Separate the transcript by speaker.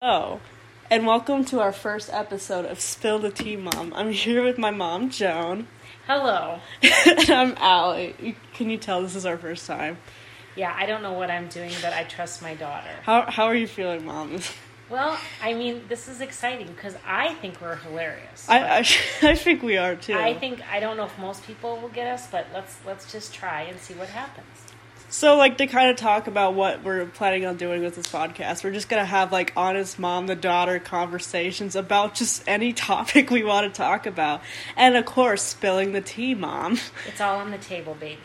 Speaker 1: Hello, Oh, and welcome to our first episode of Spill the Tea, Mom. I'm here with my mom, Joan,
Speaker 2: Hello.
Speaker 1: and I'm Allie. You- Can you tell this is our first time?
Speaker 2: Yeah, I don't know what I'm doing, but I trust my daughter.
Speaker 1: How how are you feeling, Mom?
Speaker 2: Well, I mean, this is exciting because I think we're hilarious.
Speaker 1: I I, I think we are too.
Speaker 2: I think I don't know if most people will get us, but let's let's just try and see what happens.
Speaker 1: so. Like to kind of talk about what we're planning on doing with this podcast. We're just gonna have like honest mom the daughter conversations about just any topic we want to talk about, and of course, spilling the tea, Mom.
Speaker 2: It's all on the table, baby.